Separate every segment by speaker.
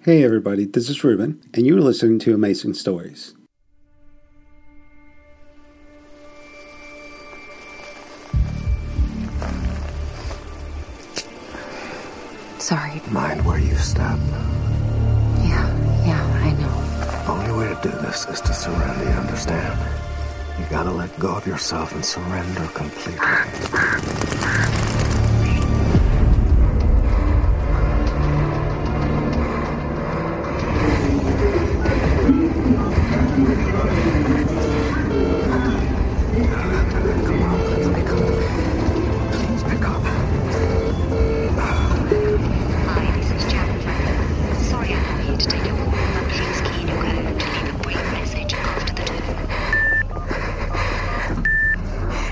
Speaker 1: Hey, everybody, this is Ruben, and you're listening to Amazing Stories.
Speaker 2: Sorry.
Speaker 3: Mind where you step.
Speaker 2: Yeah, yeah, I know.
Speaker 3: Only way to do this is to surrender, you understand? You gotta let go of yourself and surrender completely. Please pick up.
Speaker 4: Hi, this is Jennifer. Sorry, I'm here to take your call, but please key in your code to leave a brief message after the tone.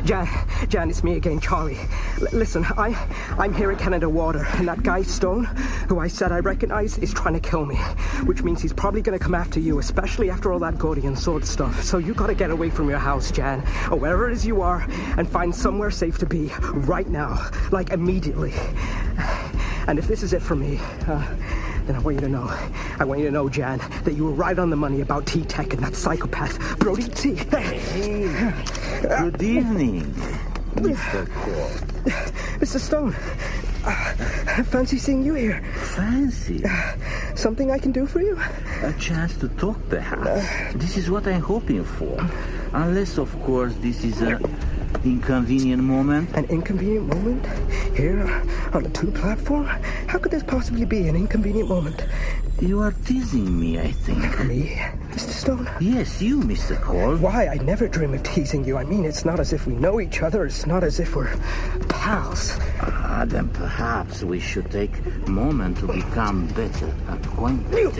Speaker 5: Jan, Jan, it's me again, Charlie. L- listen, I, I'm here at Canada Water, and that guy Stone, who I said I recognize, is trying to kill me, which means he's probably going to come after you, especially after all that Gordian sword stuff. So you got to get away from your house, Jan, or wherever it is you are, and find somewhere safe to be right now, like immediately. And if this is it for me, uh, then I want you to know, I want you to know, Jan, that you were right on the money about T-Tech and that psychopath, Brody T.
Speaker 6: Good evening, Mr. Cole.
Speaker 5: Mr. Stone, uh, fancy seeing you here.
Speaker 6: Fancy
Speaker 5: Something I can do for you?
Speaker 6: a chance to talk, perhaps. This is what I'm hoping for. Unless, of course, this is an inconvenient moment.
Speaker 5: An inconvenient moment here on a tube platform? How could this possibly be an inconvenient moment?
Speaker 6: You are teasing me, I think.
Speaker 5: Me, Mr. Stone?
Speaker 6: Yes, you, Mr. Cole.
Speaker 5: Why? I never dream of teasing you. I mean, it's not as if we know each other. It's not as if we're pals.
Speaker 6: Ah, then perhaps we should take a moment to become better acquainted.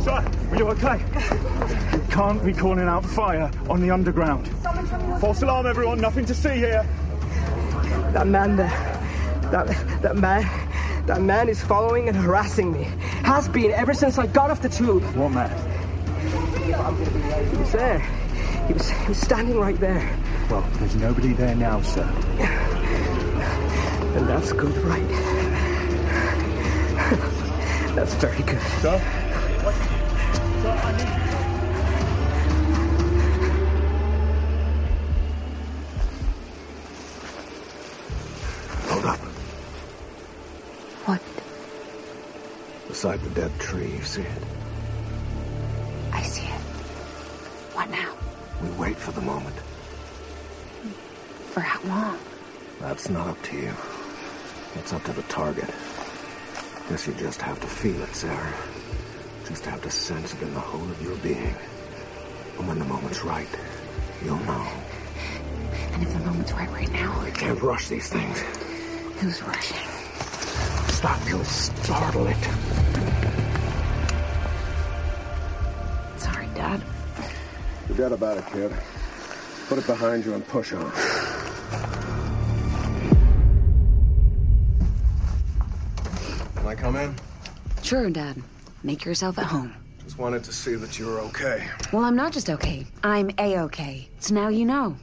Speaker 7: Sir, are you okay? You can't be calling out fire on the underground. False alarm, everyone. Nothing to see here.
Speaker 5: That man there, that, that man, that man is following and harassing me. Has been ever since I got off the tube.
Speaker 7: What man?
Speaker 5: He was there. He was, he was standing right there.
Speaker 7: Well, there's nobody there now, sir.
Speaker 5: And that's good, right? that's very good.
Speaker 7: Sir?
Speaker 3: Hold up.
Speaker 2: What?
Speaker 3: Beside the dead tree, you see it?
Speaker 2: I see it. What now?
Speaker 3: We wait for the moment.
Speaker 2: For how long?
Speaker 3: That's not up to you. It's up to the target. Guess you just have to feel it, Sarah. Just have to sense it in the whole of your being. And when the moment's right, you'll know.
Speaker 2: And if the moment's right right now,
Speaker 3: We can't rush these things.
Speaker 2: who's rushing?
Speaker 3: Stop, you'll startle it.
Speaker 2: Sorry, Dad.
Speaker 8: Forget about it, kid. Put it behind you and push on.
Speaker 3: Can I come in?
Speaker 2: Sure, Dad. Make yourself at home.
Speaker 8: Just wanted to see that you were okay.
Speaker 2: Well, I'm not just okay. I'm a-okay. So now you know.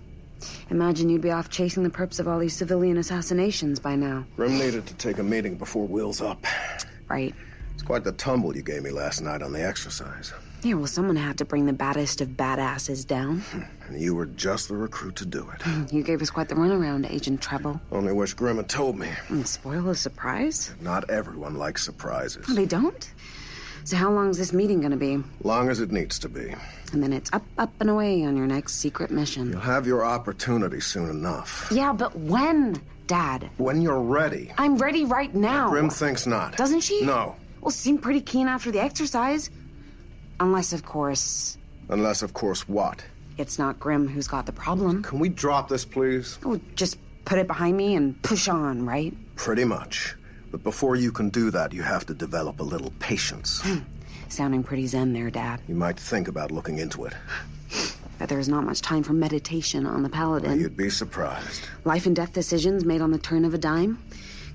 Speaker 2: Imagine you'd be off chasing the perps of all these civilian assassinations by now,
Speaker 8: Rim needed to take a meeting before Will's up.
Speaker 2: right?
Speaker 8: It's quite the tumble you gave me last night on the exercise.
Speaker 2: Yeah, well, someone had to bring the baddest of badasses down.
Speaker 8: And you were just the recruit to do it.
Speaker 2: You gave us quite the runaround, Agent Treble.
Speaker 8: Only wish Grim had told me.
Speaker 2: And spoil a surprise?
Speaker 8: Not everyone likes surprises.
Speaker 2: They don't? So how long is this meeting gonna be?
Speaker 8: Long as it needs to be.
Speaker 2: And then it's up, up, and away on your next secret mission.
Speaker 8: You'll have your opportunity soon enough.
Speaker 2: Yeah, but when, Dad?
Speaker 8: When you're ready.
Speaker 2: I'm ready right now.
Speaker 8: Grim thinks not.
Speaker 2: Doesn't she?
Speaker 8: No.
Speaker 2: Well, seemed pretty keen after the exercise. Unless, of course,
Speaker 8: Unless, of course, what?
Speaker 2: it's not Grim who's got the problem.
Speaker 8: Can we drop this, please?
Speaker 2: Oh, just put it behind me and push on, right?
Speaker 8: Pretty much. But before you can do that, you have to develop a little patience.
Speaker 2: Hmm. Sounding pretty zen there, Dad.
Speaker 8: You might think about looking into it.
Speaker 2: But there's not much time for meditation on the Paladin.
Speaker 8: You'd be surprised.
Speaker 2: Life and death decisions made on the turn of a dime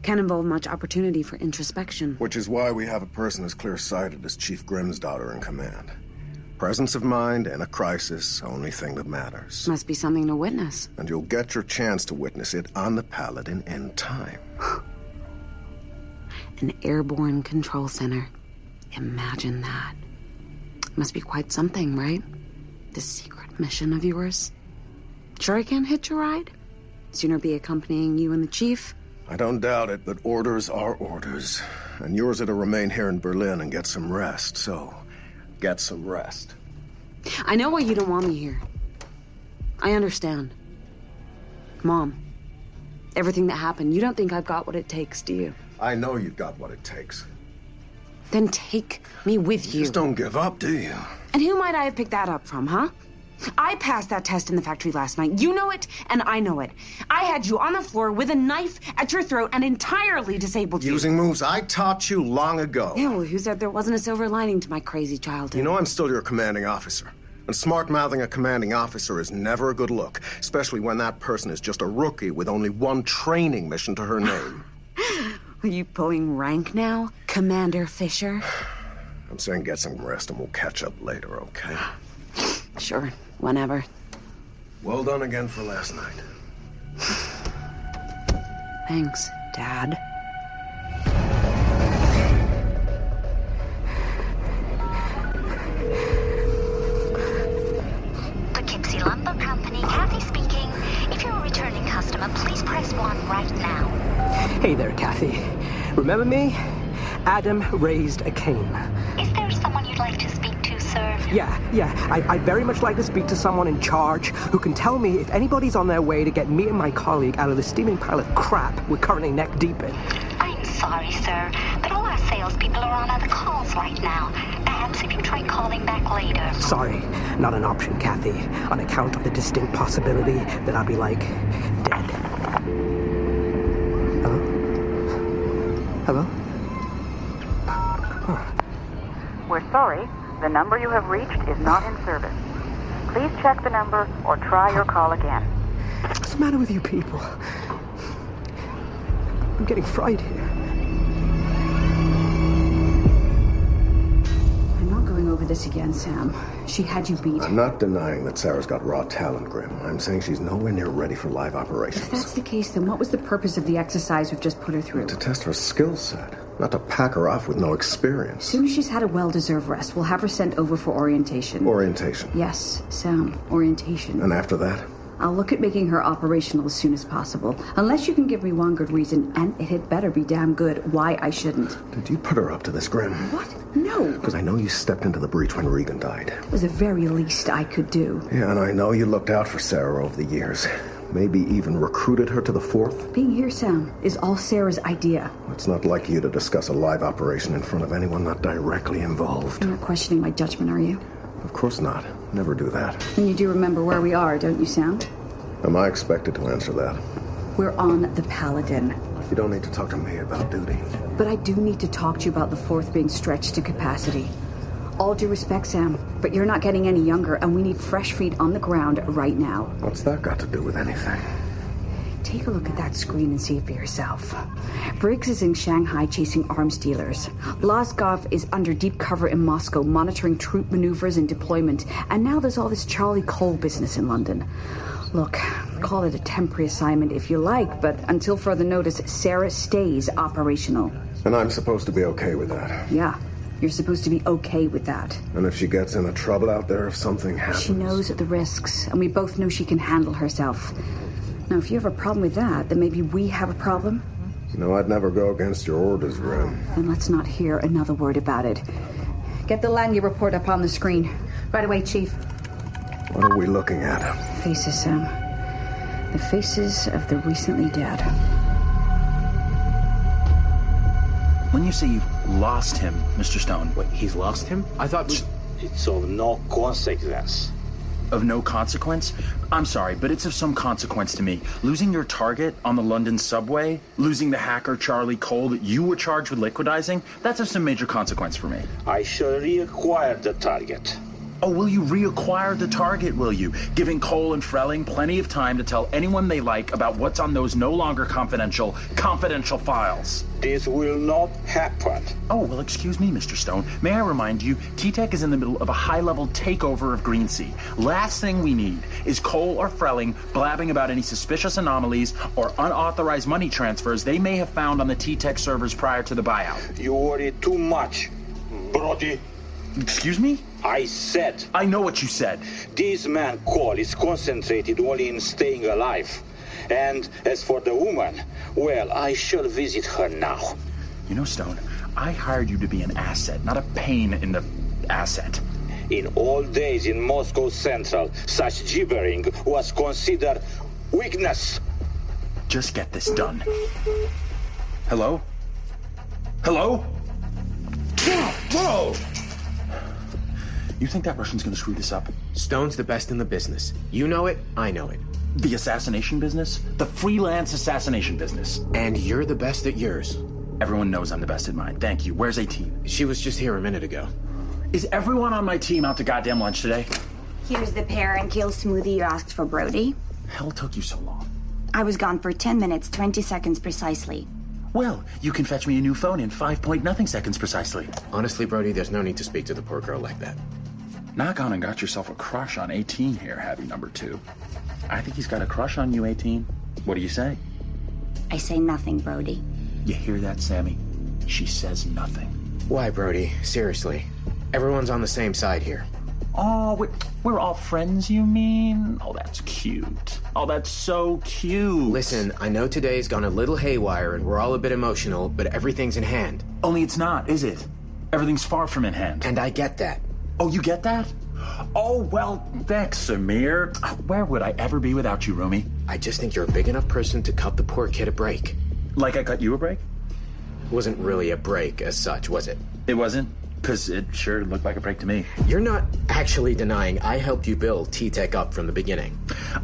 Speaker 2: can involve much opportunity for introspection.
Speaker 8: Which is why we have a person as clear sighted as Chief Grimm's daughter in command. Presence of mind and a crisis, only thing that matters.
Speaker 2: Must be something to witness.
Speaker 8: And you'll get your chance to witness it on the Paladin in time.
Speaker 9: an airborne control center. Imagine that. Must be quite something, right? This secret mission of yours. Sure, I can't hitch a ride? Sooner be accompanying you and the chief.
Speaker 8: I don't doubt it, but orders are orders. And yours are to remain here in Berlin and get some rest, so get some rest.
Speaker 9: I know why you don't want me here. I understand. Mom, everything that happened, you don't think I've got what it takes, do you?
Speaker 8: I know you've got what it takes.
Speaker 9: Then take me with you.
Speaker 8: Just don't give up, do you?
Speaker 9: And who might I have picked that up from, huh? I passed that test in the factory last night. You know it, and I know it. I had you on the floor with a knife at your throat and entirely disabled you.
Speaker 8: Using moves I taught you long ago.
Speaker 9: Yeah, well, who said there wasn't a silver lining to my crazy childhood?
Speaker 8: You know I'm still your commanding officer. And smart mouthing a commanding officer is never a good look, especially when that person is just a rookie with only one training mission to her name.
Speaker 9: Are you pulling rank now, Commander Fisher?
Speaker 8: I'm saying get some rest and we'll catch up later, okay?
Speaker 9: Sure, whenever.
Speaker 8: Well done again for last night.
Speaker 9: Thanks, Dad.
Speaker 4: Poughkeepsie Lumber Company, Kathy speaking. If you're a returning customer, please press 1 right now.
Speaker 5: Hey there, Kathy. Remember me? Adam raised a cane.
Speaker 4: Is there someone you'd like to speak to, sir?
Speaker 5: Yeah, yeah. I, I'd very much like to speak to someone in charge who can tell me if anybody's on their way to get me and my colleague out of the steaming pile of crap we're currently neck deep in.
Speaker 4: I'm sorry, sir, but all our salespeople are on other calls right now. Perhaps if you try calling back later.
Speaker 5: Sorry, not an option, Kathy, on account of the distinct possibility that I'll be like dead. Hello? Hello?
Speaker 10: We're sorry, the number you have reached is not in service. Please check the number or try your call again.
Speaker 5: What's the matter with you people? I'm getting fried here.
Speaker 2: I'm not going over this again, Sam. She had you beat.
Speaker 8: I'm not denying that Sarah's got raw talent, Grim. I'm saying she's nowhere near ready for live
Speaker 2: If
Speaker 8: operations.
Speaker 2: that's the case, then what was the purpose of the exercise we've just put her through?
Speaker 8: To
Speaker 2: As
Speaker 8: test her skill set, not to pack her off with no experience.
Speaker 2: soon as she's had a well deserved rest, we'll have her sent over for orientation.
Speaker 8: Orientation.
Speaker 2: yes, Sam, orientation.
Speaker 8: And after that,
Speaker 2: I'll look at making her operational as soon as possible. Unless you can give me one good reason, and it had better be damn good, why I shouldn't.
Speaker 8: did you put her up to this, Grim?
Speaker 2: What? No.
Speaker 8: Because I know you stepped into the breach when Regan died.
Speaker 2: It was the very least I could do.
Speaker 8: Yeah, and I know you looked out for Sarah over the years. Maybe even recruited her to the fourth.
Speaker 2: Being here, Sam, is all Sarah's idea.
Speaker 8: It's not like you to discuss a live operation in front of anyone not directly involved.
Speaker 2: You're not questioning my judgment, are you?
Speaker 8: Of course not. Never do that.
Speaker 2: And you do remember where we are, don't you, Sam?
Speaker 8: Am I expected to answer that?
Speaker 2: We're on the Paladin.
Speaker 8: You don't need to talk to me about duty.
Speaker 2: But I do need to talk to you about the fourth being stretched to capacity. All due respect, Sam, but you're not getting any younger, and we need fresh feet on the ground right now.
Speaker 8: What's that got to do with anything?
Speaker 2: Take a look at that screen and see it for yourself. Briggs is in Shanghai chasing arms dealers. Laskov is under deep cover in Moscow monitoring troop maneuvers and deployment. And now there's all this Charlie Cole business in London. Look, call it a temporary assignment if you like, but until further notice, Sarah stays operational.
Speaker 8: And I'm supposed to be okay with that.
Speaker 2: Yeah, you're supposed to be okay with that.
Speaker 8: And if she gets into trouble out there, if something happens.
Speaker 2: She knows the risks, and we both know she can handle herself. Now, if you have a problem with that, then maybe we have a problem.
Speaker 8: You know, I'd never go against your orders, Grim.
Speaker 2: Then let's not hear another word about it. Get the Langy report up on the screen. Right away, Chief.
Speaker 8: What are we looking at?
Speaker 2: Faces, Sam. The faces of the recently dead.
Speaker 7: When you say you've lost him, Mr. Stone,
Speaker 11: Wait, he's lost him?
Speaker 7: I thought we-
Speaker 11: It's of no consequence.
Speaker 7: of no consequence? I'm sorry, but it's of some consequence to me. Losing your target on the London subway, losing the hacker Charlie Cole that you were charged with liquidizing, that's of some major consequence for me.
Speaker 11: I shall reacquire the target.
Speaker 7: Oh, will you reacquire the target, will you? Giving Cole and Frelling plenty of time to tell anyone they like about what's on those no longer confidential, confidential files.
Speaker 11: This will not happen.
Speaker 7: Oh, well, excuse me, Mr. Stone. May I remind you, T-Tech is in the middle of a high-level takeover of Green Sea. Last thing we need is Cole or Frelling blabbing about any suspicious anomalies or unauthorized money transfers they may have found on the T-Tech servers prior to the buyout.
Speaker 11: You worry too much, Brody.
Speaker 7: Excuse me?
Speaker 11: I said.
Speaker 7: I know what you said.
Speaker 11: This man Cole is concentrated only in staying alive. And as for the woman, well, I shall visit her now.
Speaker 7: You know, Stone, I hired you to be an asset, not a pain in the asset.
Speaker 11: In old days in Moscow Central, such gibbering was considered weakness.
Speaker 7: Just get this done. Hello? Hello? Whoa! You think that Russian's gonna screw this up?
Speaker 12: Stone's the best in the business. You know it, I know it.
Speaker 7: The assassination business? The freelance assassination business.
Speaker 12: And you're the best at yours.
Speaker 7: Everyone knows I'm the best at mine. Thank you. Where's 18?
Speaker 12: She was just here a minute ago.
Speaker 7: Is everyone on my team out to goddamn lunch today?
Speaker 13: Here's the parent kill smoothie you asked for, Brody.
Speaker 7: Hell took you so long.
Speaker 13: I was gone for 10 minutes, 20 seconds precisely.
Speaker 7: Well, you can fetch me a new phone in 5.0 seconds precisely.
Speaker 12: Honestly, Brody, there's no need to speak to the poor girl like that.
Speaker 7: Knock on and got yourself a crush on 18 here, Happy number two. I think he's got a crush on you, 18. What do you say?
Speaker 13: I say nothing, Brody.
Speaker 7: You hear that, Sammy? She says nothing.
Speaker 12: Why, Brody? Seriously. Everyone's on the same side here.
Speaker 7: Oh, we're, we're all friends, you mean? Oh, that's cute. Oh, that's so cute.
Speaker 12: Listen, I know today's gone a little haywire and we're all a bit emotional, but everything's in hand.
Speaker 7: Only it's not, is it? Everything's far from in hand.
Speaker 12: And I get that.
Speaker 7: Oh, you get that? Oh, well, thanks, Samir. Uh, Where would I ever be without you, Romy?
Speaker 12: I just think you're a big enough person to cut the poor kid a break.
Speaker 7: Like I cut you a break?
Speaker 12: It wasn't really a break as such, was it?
Speaker 7: It wasn't? Because it sure looked like a break to me.
Speaker 12: You're not actually denying I helped you build T Tech up from the beginning.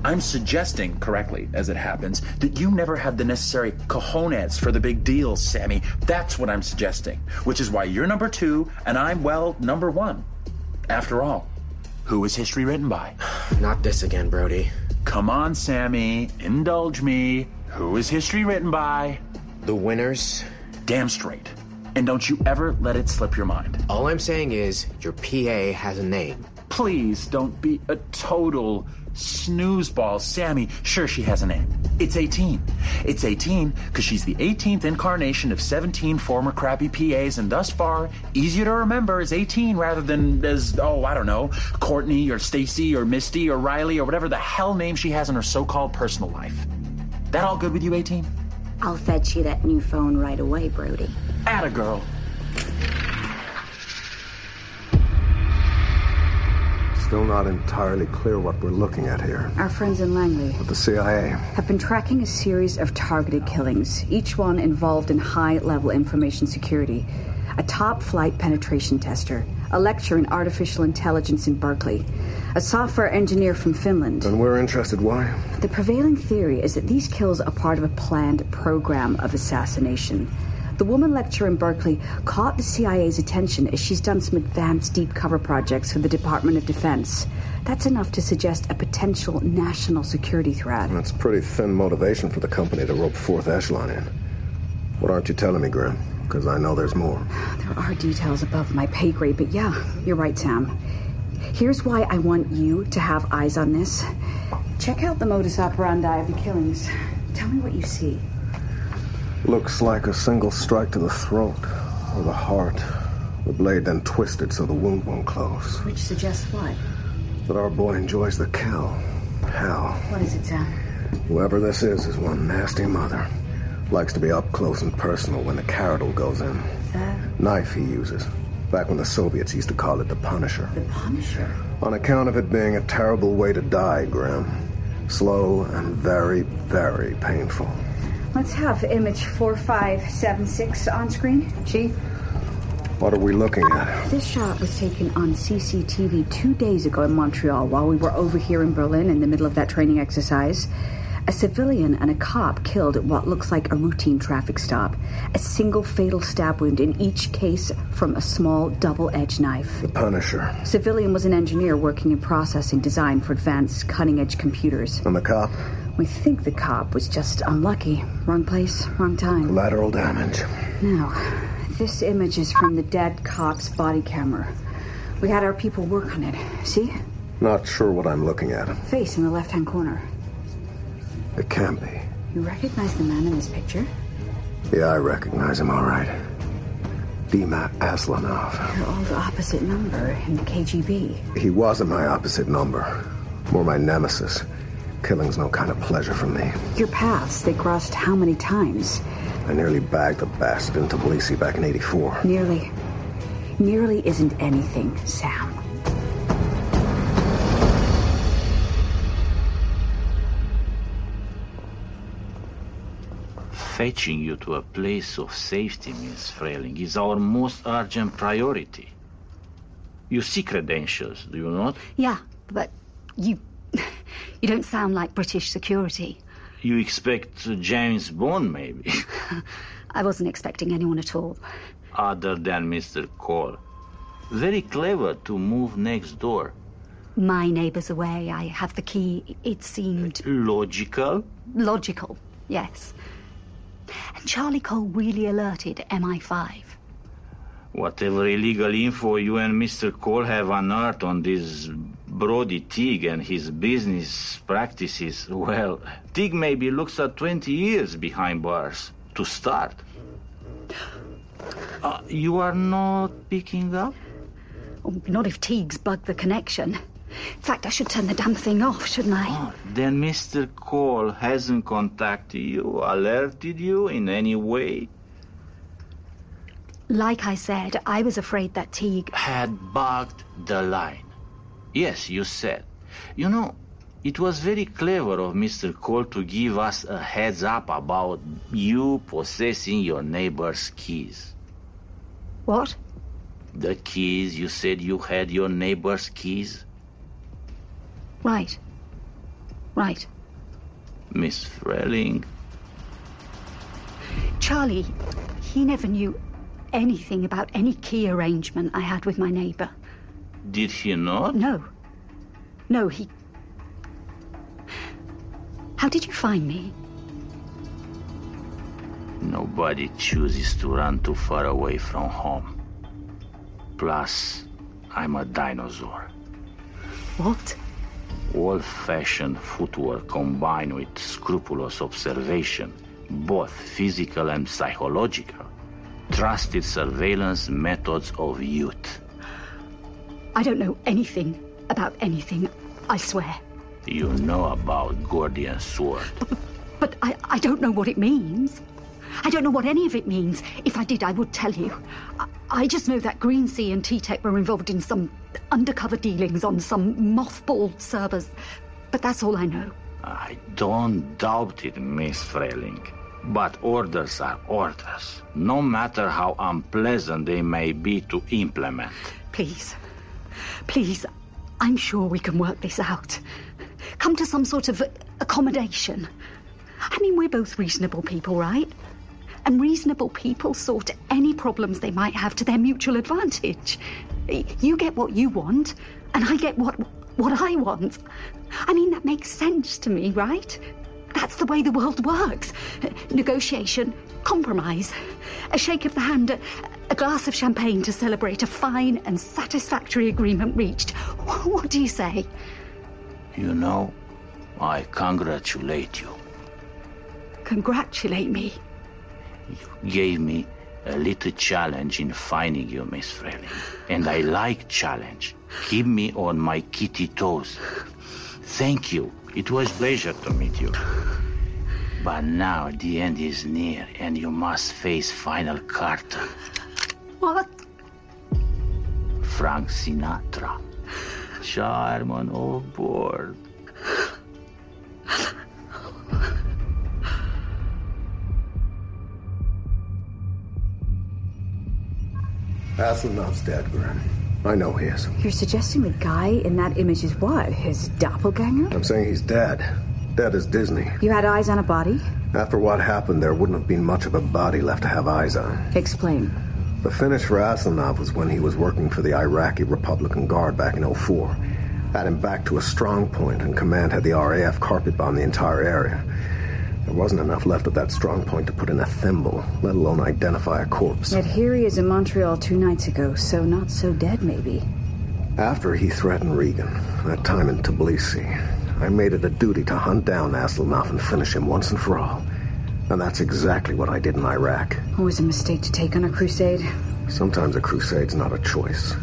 Speaker 7: I'm suggesting, correctly as it happens, that you never had the necessary cojones for the big deals, Sammy. That's what I'm suggesting, which is why you're number two and I'm, well, number one. After all, who is history written by?
Speaker 12: Not this again, Brody.
Speaker 7: Come on, Sammy. Indulge me. Who is history written by?
Speaker 12: The winners.
Speaker 7: Damn straight. And don't you ever let it slip your mind.
Speaker 12: All I'm saying is, your PA has a name.
Speaker 7: Please don't be a total snoozeball, Sammy. Sure, she has a name. It's 18. It's 18 because she's the 18th incarnation of 17 former crappy PAs, and thus far, easier to remember as 18 rather than as, oh, I don't know, Courtney or Stacy or Misty or Riley or whatever the hell name she has in her so called personal life. That all good with you, 18?
Speaker 13: I'll fetch you that new phone right away, Brody.
Speaker 7: Atta girl.
Speaker 8: Still not entirely clear what we're looking at here.
Speaker 2: Our friends in Langley.
Speaker 8: With the CIA.
Speaker 2: Have been tracking a series of targeted killings, each one involved in high level information security. A top flight penetration tester, a lecturer in artificial intelligence in Berkeley, a software engineer from Finland.
Speaker 8: And we're interested why?
Speaker 2: The prevailing theory is that these kills are part of a planned program of assassination. The woman lecturer in Berkeley caught the CIA's attention as she's done some advanced deep cover projects for the Department of Defense. That's enough to suggest a potential national security threat.
Speaker 8: That's pretty thin motivation for the company to rope Fourth Echelon in. What aren't you telling me, Grim? Because I know there's more.
Speaker 2: There are details above my pay grade, but yeah, you're right, Sam. Here's why I want you to have eyes on this. Check out the modus operandi of the killings. Tell me what you see.
Speaker 8: Looks like a single strike to the throat or the heart. The blade then twisted so the wound won't close.
Speaker 2: Which suggests what?
Speaker 8: That our boy enjoys the kill. Hell.
Speaker 2: What is it, Sam?
Speaker 8: Whoever this is is one nasty mother. Likes to be up close and personal when the carital goes in.
Speaker 2: That?
Speaker 8: Knife he uses. Back when the Soviets used to call it the Punisher.
Speaker 2: The Punisher?
Speaker 8: On account of it being a terrible way to die, Grim. Slow and very, very painful.
Speaker 2: Let's have image 4576 on screen. Chief?
Speaker 8: What are we looking at?
Speaker 2: This shot was taken on CCTV two days ago in Montreal while we were over here in Berlin in the middle of that training exercise. A civilian and a cop killed at what looks like a routine traffic stop. A single fatal stab wound in each case from a small double edged knife.
Speaker 3: The Punisher.
Speaker 2: Civilian was an engineer working in processing design for advanced cutting edge computers.
Speaker 3: And the cop?
Speaker 2: We think the cop was just unlucky. Wrong place, wrong time.
Speaker 3: Collateral damage.
Speaker 2: No, this image is from the dead cop's body camera. We had our people work on it. See?
Speaker 3: Not sure what I'm looking at.
Speaker 2: Face in the left hand corner.
Speaker 3: It can be.
Speaker 2: You recognize the man in this picture?
Speaker 3: Yeah, I recognize him all right. Dima Aslanov.
Speaker 2: They're all the opposite number in the KGB.
Speaker 3: He wasn't my opposite number, more my nemesis. Killing's no kind of pleasure for me.
Speaker 2: Your paths, they crossed how many times?
Speaker 3: I nearly bagged the bastard in Tbilisi back in 84.
Speaker 2: Nearly. Nearly isn't anything, Sam.
Speaker 6: Fetching you to a place of safety, Miss Freyling, is our most urgent priority. You see credentials, do you not?
Speaker 14: Yeah, but you. You don't sound like British security.
Speaker 6: You expect uh, James Bond, maybe,
Speaker 14: I wasn't expecting anyone at all.
Speaker 6: other than Mr. Cole. Very clever to move next door.
Speaker 14: My neighbour's away, I have the key. It seemed
Speaker 6: Logical?
Speaker 14: logical, yes. And Charlie Cole really alerted MI5.
Speaker 6: Whatever illegal info you and Mr. Cole have unearthed on this Brody Teague and his business practices, well, Teague maybe looks at 20 years behind bars to start. Uh, you are not picking up?
Speaker 14: Oh, Not if Teague's bugged the connection. In fact, I should turn the damn thing off, shouldn't I?
Speaker 6: Then Mr. Cole hasn't contacted you, alerted you in any way?
Speaker 14: Like I said, I was afraid that Teague.
Speaker 6: had bugged the line. Yes, you said. You know, it was very clever of Mr. Cole to give us a heads up about you possessing your neighbor's keys.
Speaker 14: What?
Speaker 6: The keys, you said you had your neighbor's keys?
Speaker 14: Right. Right.
Speaker 6: Miss Frelling,
Speaker 14: Charlie, he never knew anything about any key arrangement I had with my neighbour.
Speaker 6: did he not?
Speaker 14: No. No, he. How did you find me?
Speaker 6: Nobody chooses to run too far away from home. Plus, I'm a dinosaur.
Speaker 14: What?
Speaker 6: Old fashioned footwork combined with scrupulous observation, both physical and psychological, trusted surveillance methods of youth.
Speaker 14: I don't know anything about anything, I swear.
Speaker 6: You know about Gordian Sword.
Speaker 14: But I, I don't know what it means. I don't know what any of it means. If I did, I would tell you. I, I just know that Green Sea and T-Tech were involved in some undercover dealings on some mothballed servers. But that's all I know.
Speaker 6: I don't doubt it, Miss Frelink. But orders are orders, no matter how unpleasant they may be to implement.
Speaker 14: Please. Please, I'm sure we can work this out. Come to some sort of accommodation. I mean, we're both reasonable people, right? And reasonable people sort any problems they might have to their mutual advantage. You get what you want, and I get what what I want. I mean, that makes sense to me, right? That's the way the world works. Negotiation, compromise, a shake of the hand, a, a glass of champagne to celebrate a fine and satisfactory agreement reached. What do you say?
Speaker 6: You know, I congratulate you.
Speaker 14: Congratulate me.
Speaker 6: Gave me a little challenge in finding you, Miss Freley. And I like challenge. Keep me on my kitty toes. Thank you. It was pleasure to meet you. But now the end is near, and you must face Final Carter,
Speaker 14: What?
Speaker 6: Frank Sinatra. oh, Charmon overboard.
Speaker 3: Aslanov's dead, Grim. I know he is.
Speaker 2: You're suggesting the guy in that image is what? His doppelganger?
Speaker 3: I'm saying he's dead.
Speaker 8: Dead as Disney.
Speaker 2: You had eyes on a body?
Speaker 8: After what happened, there wouldn't have been much of a body left to have eyes on.
Speaker 2: Explain.
Speaker 8: The finish for Aslanov was when he was working for the Iraqi Republican Guard back in 04. Had him back to a strong point, and command had the RAF carpet bomb the entire area. There wasn't enough left at that strong point to put in a thimble, let alone identify a corpse.
Speaker 2: Yet here he is in Montreal two nights ago, so not so dead, maybe.
Speaker 8: After he threatened Regan, that time in Tbilisi, I made it a duty to hunt down Aslanov and finish him once and for all. And that's exactly what I did in Iraq.
Speaker 2: Always a mistake to take on a crusade.
Speaker 8: Sometimes a crusade's not a choice.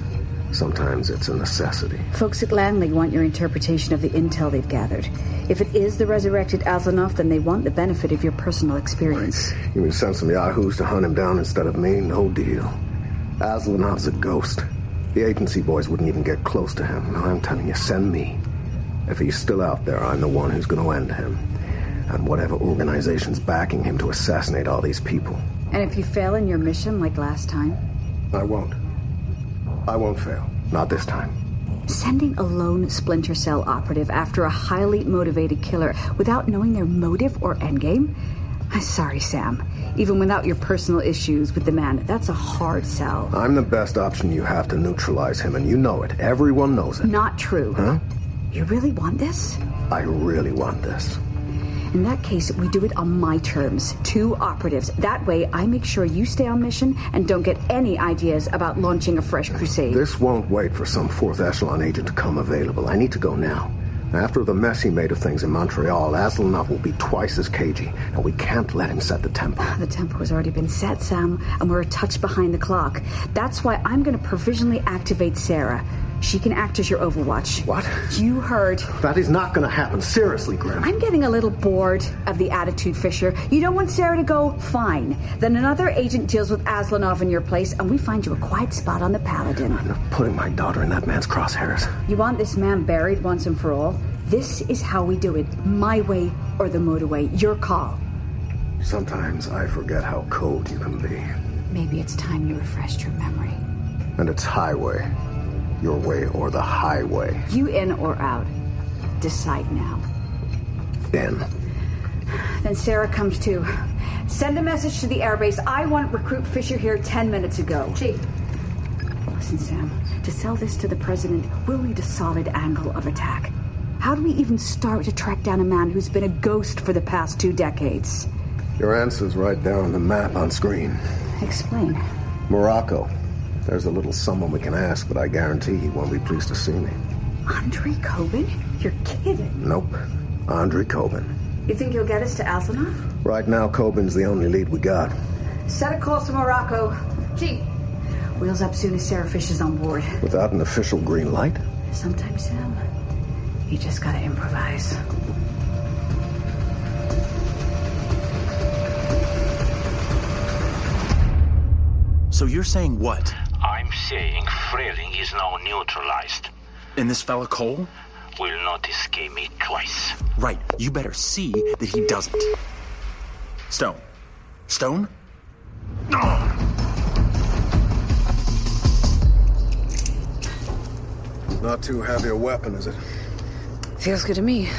Speaker 8: Sometimes it's a necessity.
Speaker 2: Folks at Langley want your interpretation of the intel they've gathered. If it is the resurrected Aslanov, then they want the benefit of your personal experience.
Speaker 8: You mean send some yahoos to hunt him down instead of me? No deal. Aslanov's a ghost. The agency boys wouldn't even get close to him. No, I'm telling you, send me. If he's still out there, I'm the one who's going to end him. And whatever organization's backing him to assassinate all these people.
Speaker 2: And if you fail in your mission like last time,
Speaker 8: I won't. I won't fail. Not this time.
Speaker 2: sending a lone splinter cell operative after a highly motivated killer without knowing their motive or endgame? I'm sorry, Sam. Even without your personal issues with the man, that's a hard sell.
Speaker 8: I'm the best option you have to neutralize him, and you know it. Everyone knows it.
Speaker 2: Not true.
Speaker 8: Huh?
Speaker 2: You really want this?
Speaker 8: I really want this.
Speaker 2: In that case, we do it on my terms. Two operatives. That way, I make sure you stay on mission and don't get any ideas about launching a fresh crusade.
Speaker 8: This won't wait for some fourth echelon agent to come available. I need to go now. After the mess he made of things in Montreal, Aslanov will be twice as cagey, and we can't let him set the tempo.
Speaker 2: The tempo has already been set, Sam, and we're a touch behind the clock. That's why I'm going to provisionally activate Sarah. She can act as your Overwatch.
Speaker 8: What?
Speaker 2: You heard.
Speaker 8: That is not going to happen. Seriously, Grim.
Speaker 2: I'm getting a little bored of the attitude, Fisher. You don't want Sarah to go? Fine. Then another agent deals with Aslanov in your place, and we find you a quiet spot on the Paladin.
Speaker 8: Putting my daughter in that man's crosshairs.
Speaker 2: You want this man buried once and for all? This is how we do it my way or the motorway. Your call.
Speaker 8: Sometimes I forget how cold you can be.
Speaker 2: Maybe it's time you refreshed your memory.
Speaker 8: And it's highway. Your way or the highway.
Speaker 2: You in or out? Decide now.
Speaker 8: In.
Speaker 2: Then Sarah comes too. Send a message to the airbase. I want recruit Fisher here 10 minutes ago. Chief. Listen, Sam, to sell this to the president, we'll need a solid angle of attack. How do we even start to track down a man who's been a ghost for the past two decades?
Speaker 8: Your answer's right there on the map on screen.
Speaker 2: Explain.
Speaker 8: Morocco. There's a little someone we can ask, but I guarantee he won't be pleased to see me.
Speaker 2: Andre Coben? You're kidding.
Speaker 8: Nope. Andre Coben.
Speaker 2: You think you'll get us to Athanov?
Speaker 8: Right now, Coben's the only lead we got.
Speaker 2: Set a course for Morocco. Chief. Wheels up soon as Sarah Fisher's on board.
Speaker 8: Without an official green light?
Speaker 2: Sometimes, Sam, you just gotta improvise.
Speaker 7: So you're saying what?
Speaker 6: I'm saying Frailing is now neutralized.
Speaker 7: And this fella Cole?
Speaker 6: Will not escape me twice.
Speaker 7: Right, you better see that he doesn't. Stone. Stone?
Speaker 8: Not too heavy a weapon, is it?
Speaker 9: Feels good to me.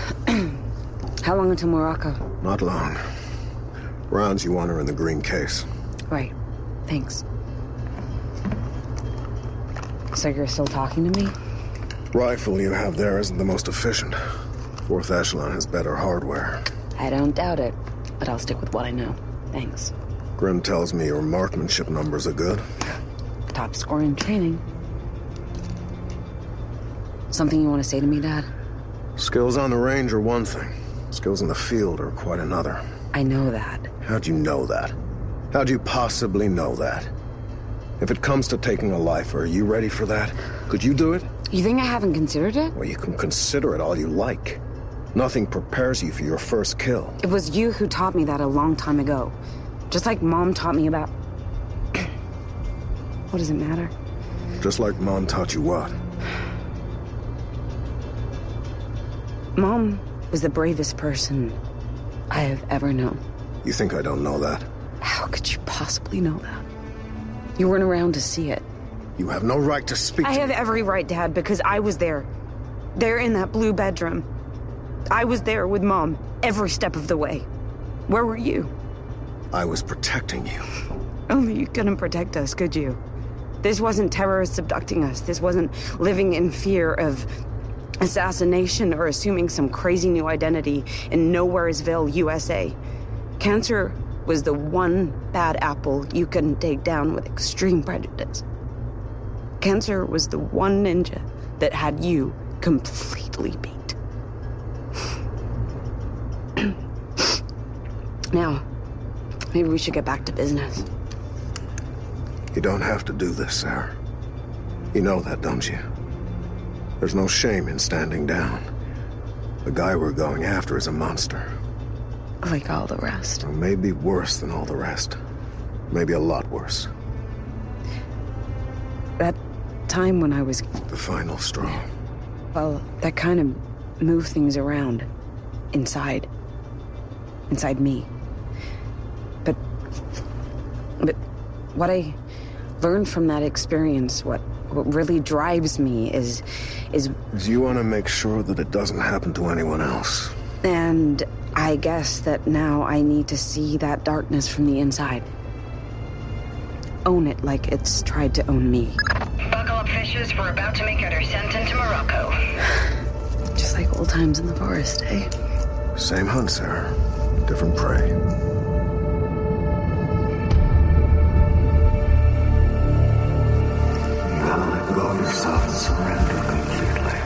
Speaker 9: How long until Morocco?
Speaker 8: Not long. Rounds you want her in the green case.
Speaker 9: Right. Thanks. So you're still talking to me?
Speaker 8: Rifle you have there isn't the most efficient. Fourth Echelon has better hardware.
Speaker 9: I don't doubt it, but I'll stick with what I know. Thanks.
Speaker 8: Grim tells me your marksmanship numbers are good.
Speaker 9: Top score in training. Something you want to say to me, Dad?
Speaker 8: Skills on the range are one thing, skills in the field are quite another.
Speaker 9: I know that.
Speaker 8: How'd you know that? How'd you possibly know that? If it comes to taking a life, are you ready for that? Could you do it?
Speaker 9: You think I haven't considered it?
Speaker 8: Well, you can consider it all you like. Nothing prepares you for your first kill.
Speaker 9: It was you who taught me that a long time ago. Just like Mom taught me about. what does it matter?
Speaker 8: Just like Mom taught you what?
Speaker 9: Mom was the bravest person I have ever known.
Speaker 8: You think I don't know that?
Speaker 9: How could you possibly know that? You weren't around to see it.
Speaker 8: You have no right to speak
Speaker 9: I
Speaker 8: to
Speaker 9: have every right, Dad, because I was there. There in that blue bedroom.
Speaker 2: I was there with Mom every step of the way. Where were you?
Speaker 8: I was protecting you.
Speaker 2: Only you couldn't protect us, could you? This wasn't terrorists abducting us. This wasn't living in fear of assassination or assuming some crazy new identity in Nowheresville, USA. Cancer was the one bad apple you couldn't take down with extreme prejudice. Cancer was the one ninja that had you completely beat. now, maybe we should get back to business.
Speaker 8: You don't have to do this, Sarah. You know that, don't you? There's no shame in standing down. The guy we're going after is a monster.
Speaker 2: Like all the rest.
Speaker 8: Or maybe worse than all the rest. Maybe a lot worse.
Speaker 2: That time when I was.
Speaker 8: The final straw.
Speaker 2: Well, that kind of moved things around. Inside. Inside me. But. But what I learned from that experience, what, what really drives me is. is.
Speaker 8: Do you want to make sure that it doesn't happen to anyone else?
Speaker 2: And I guess that now I need to see that darkness from the inside. Own it like it's tried to own me.
Speaker 4: Buckle up, fishes. We're about to make our descent into Morocco.
Speaker 2: Just like old times in the forest, eh?
Speaker 8: Same hunt, Sarah. Different prey.
Speaker 15: yourself and surrender completely.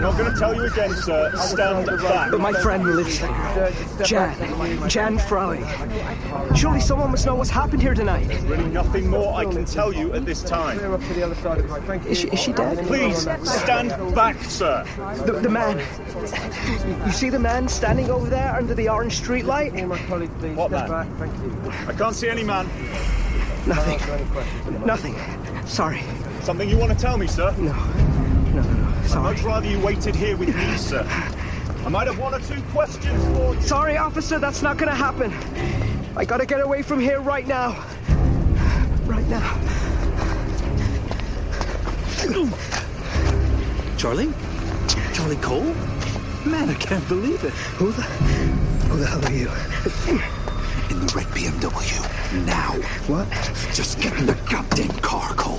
Speaker 14: Not going to tell you again, sir. Stand back.
Speaker 5: My friend lives here. Jan. Jan Frowley. Surely someone must know what's happened here tonight.
Speaker 14: Really nothing more I can tell you at this time.
Speaker 5: Is she, is she dead?
Speaker 14: Please stand back, sir.
Speaker 5: The, the man. You see the man standing over there under the orange streetlight?
Speaker 14: What man? I can't see any man.
Speaker 5: Nothing. Nothing. Sorry.
Speaker 14: Something you want to tell me, sir?
Speaker 5: No. No, no, no.
Speaker 14: I'd
Speaker 5: Sorry.
Speaker 14: much rather you waited here with me, sir. I might have one or two questions for you.
Speaker 5: Sorry, officer, that's not gonna happen. I gotta get away from here right now. Right now.
Speaker 16: Charlie? Charlie Cole? Man, I can't believe it. Who the, who the hell are you? In the red BMW. Now. What? Just get in the goddamn car, Cole.